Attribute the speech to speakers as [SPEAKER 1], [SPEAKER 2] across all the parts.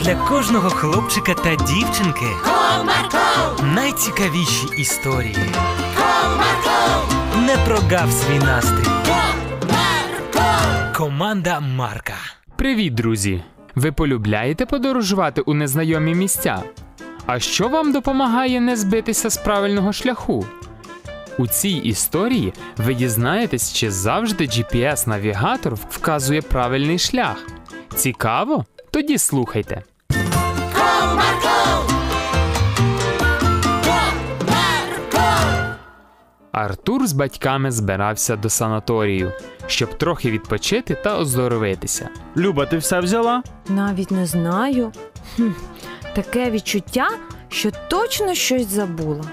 [SPEAKER 1] для кожного хлопчика та дівчинки
[SPEAKER 2] Comarco,
[SPEAKER 1] найцікавіші історії.
[SPEAKER 2] comarco,
[SPEAKER 1] Не прогав свій настрій.
[SPEAKER 2] comarco,
[SPEAKER 1] Команда Марка.
[SPEAKER 3] Привіт, друзі! Ви полюбляєте подорожувати у незнайомі місця? А що вам допомагає не збитися з правильного шляху? У цій історії ви дізнаєтесь, чи завжди GPS-навігатор вказує правильний шлях. Цікаво? Тоді слухайте.
[SPEAKER 2] comarco. Comarco,
[SPEAKER 3] Артур з батьками збирався до санаторію, щоб трохи відпочити та оздоровитися.
[SPEAKER 4] Люба, ти все взяла?
[SPEAKER 5] Навіть не знаю. Хм, таке відчуття, що точно щось забула.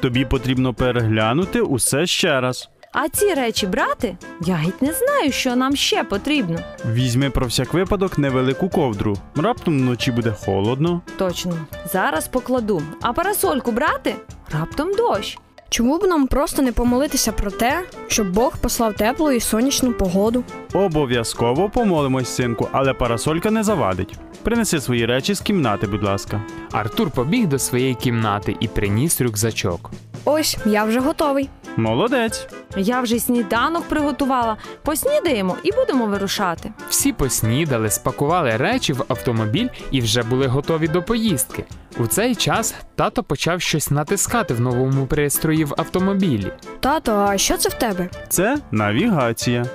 [SPEAKER 4] Тобі потрібно переглянути усе ще раз.
[SPEAKER 5] А ці речі брати? Я геть не знаю, що нам ще потрібно.
[SPEAKER 4] Візьми про всяк випадок невелику ковдру. Раптом вночі буде холодно.
[SPEAKER 5] Точно, зараз покладу. А парасольку брати? Раптом дощ.
[SPEAKER 6] Чому б нам просто не помолитися про те, щоб Бог послав теплу і сонячну погоду?
[SPEAKER 4] Обов'язково помолимось, синку, але парасолька не завадить. Принеси свої речі з кімнати, будь ласка.
[SPEAKER 3] Артур побіг до своєї кімнати і приніс рюкзачок.
[SPEAKER 6] Ось я вже готовий.
[SPEAKER 4] Молодець.
[SPEAKER 5] Я вже й сніданок приготувала. Поснідаємо і будемо вирушати.
[SPEAKER 3] Всі поснідали, спакували речі в автомобіль і вже були готові до поїздки. У цей час тато почав щось натискати в новому пристрої в автомобілі.
[SPEAKER 6] Тато, а що це в тебе?
[SPEAKER 4] Це навігація.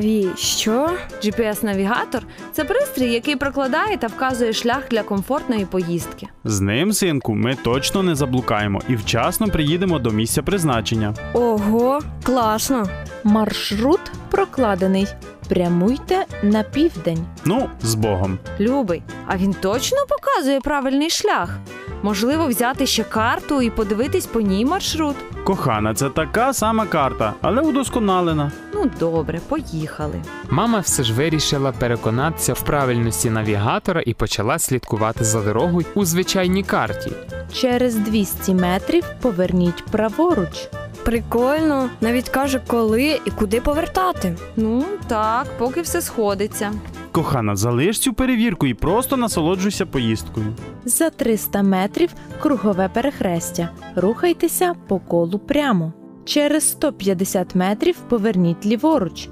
[SPEAKER 6] Навіщо?
[SPEAKER 5] GPS-навігатор це пристрій, який прокладає та вказує шлях для комфортної поїздки.
[SPEAKER 4] З ним, синку, ми точно не заблукаємо і вчасно приїдемо до місця призначення.
[SPEAKER 6] Ого, класно.
[SPEAKER 7] Маршрут прокладений. Прямуйте на південь.
[SPEAKER 4] Ну, з Богом.
[SPEAKER 5] Любий, а він точно показує правильний шлях. Можливо, взяти ще карту і подивитись по ній маршрут.
[SPEAKER 4] Кохана, це така сама карта, але удосконалена.
[SPEAKER 5] Ну добре, поїхали.
[SPEAKER 3] Мама все ж вирішила переконатися в правильності навігатора і почала слідкувати за дорогою у звичайній карті.
[SPEAKER 7] Через 200 метрів поверніть праворуч.
[SPEAKER 6] Прикольно, навіть каже, коли і куди повертати.
[SPEAKER 5] Ну так, поки все сходиться.
[SPEAKER 4] Кохана, залиш цю перевірку і просто насолоджуйся поїздкою.
[SPEAKER 7] За 300 метрів кругове перехрестя. Рухайтеся по колу прямо. Через 150 метрів поверніть ліворуч.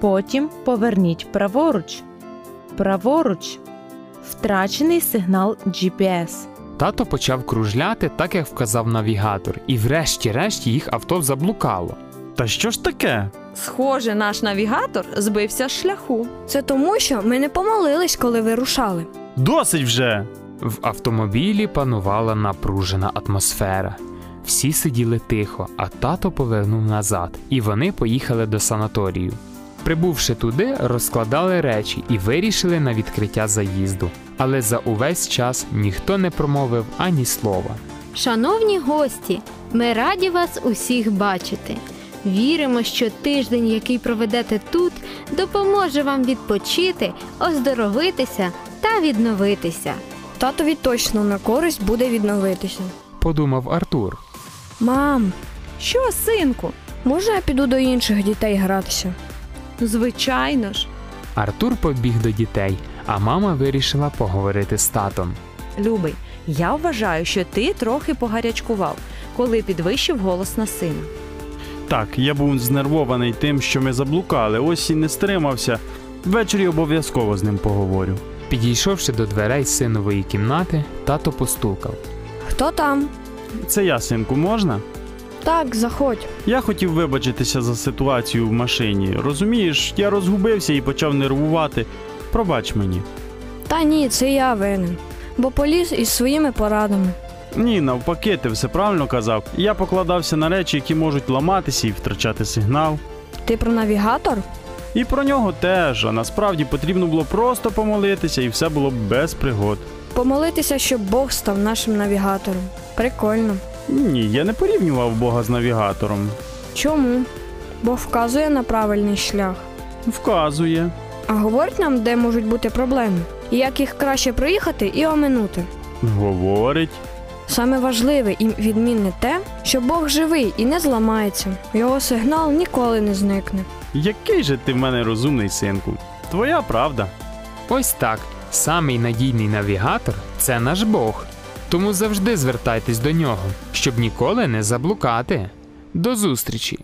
[SPEAKER 7] Потім поверніть праворуч. Праворуч. Втрачений сигнал GPS.
[SPEAKER 3] Тато почав кружляти, так як вказав навігатор, і врешті-решт їх авто заблукало.
[SPEAKER 4] Та що ж таке?
[SPEAKER 5] Схоже, наш навігатор збився з шляху.
[SPEAKER 6] Це тому, що ми не помолились, коли вирушали.
[SPEAKER 4] Досить вже!
[SPEAKER 3] В автомобілі панувала напружена атмосфера. Всі сиділи тихо, а тато повернув назад, і вони поїхали до санаторію. Прибувши туди, розкладали речі і вирішили на відкриття заїзду. Але за увесь час ніхто не промовив ані слова.
[SPEAKER 8] Шановні гості, ми раді вас усіх бачити. Віримо, що тиждень, який проведете тут, допоможе вам відпочити, оздоровитися та відновитися.
[SPEAKER 6] Татові точно на користь буде відновитися.
[SPEAKER 3] Подумав Артур.
[SPEAKER 6] Мам,
[SPEAKER 5] Що, синку?
[SPEAKER 6] може я піду до інших дітей гратися?
[SPEAKER 5] Ну, Звичайно ж.
[SPEAKER 3] Артур побіг до дітей, а мама вирішила поговорити з татом.
[SPEAKER 5] Любий, я вважаю, що ти трохи погарячкував, коли підвищив голос на сина.
[SPEAKER 4] Так, я був знервований тим, що ми заблукали, ось і не стримався. Ввечері обов'язково з ним поговорю.
[SPEAKER 3] Підійшовши до дверей синової кімнати, тато постукав.
[SPEAKER 6] Хто там?
[SPEAKER 4] Це я, синку, можна?
[SPEAKER 6] Так, заходь.
[SPEAKER 4] Я хотів вибачитися за ситуацію в машині. Розумієш, я розгубився і почав нервувати. Пробач мені.
[SPEAKER 6] Та ні, це я винен, бо поліз із своїми порадами.
[SPEAKER 4] Ні, навпаки, ти все правильно казав. Я покладався на речі, які можуть ламатися і втрачати сигнал.
[SPEAKER 6] Ти про навігатор?
[SPEAKER 4] І про нього теж, а насправді потрібно було просто помолитися, і все було б без пригод.
[SPEAKER 6] Помолитися, щоб Бог став нашим навігатором. Прикольно.
[SPEAKER 4] Ні, я не порівнював Бога з навігатором.
[SPEAKER 6] Чому? Бог вказує на правильний шлях,
[SPEAKER 4] Вказує.
[SPEAKER 6] а говорить нам, де можуть бути проблеми, і як їх краще проїхати і оминути.
[SPEAKER 4] Говорить.
[SPEAKER 6] Саме важливе і відмінне те, що Бог живий і не зламається. Його сигнал ніколи не зникне.
[SPEAKER 4] Який же ти в мене розумний синку? Твоя правда.
[SPEAKER 3] Ось так. Самий надійний навігатор це наш Бог. Тому завжди звертайтесь до нього, щоб ніколи не заблукати. До зустрічі!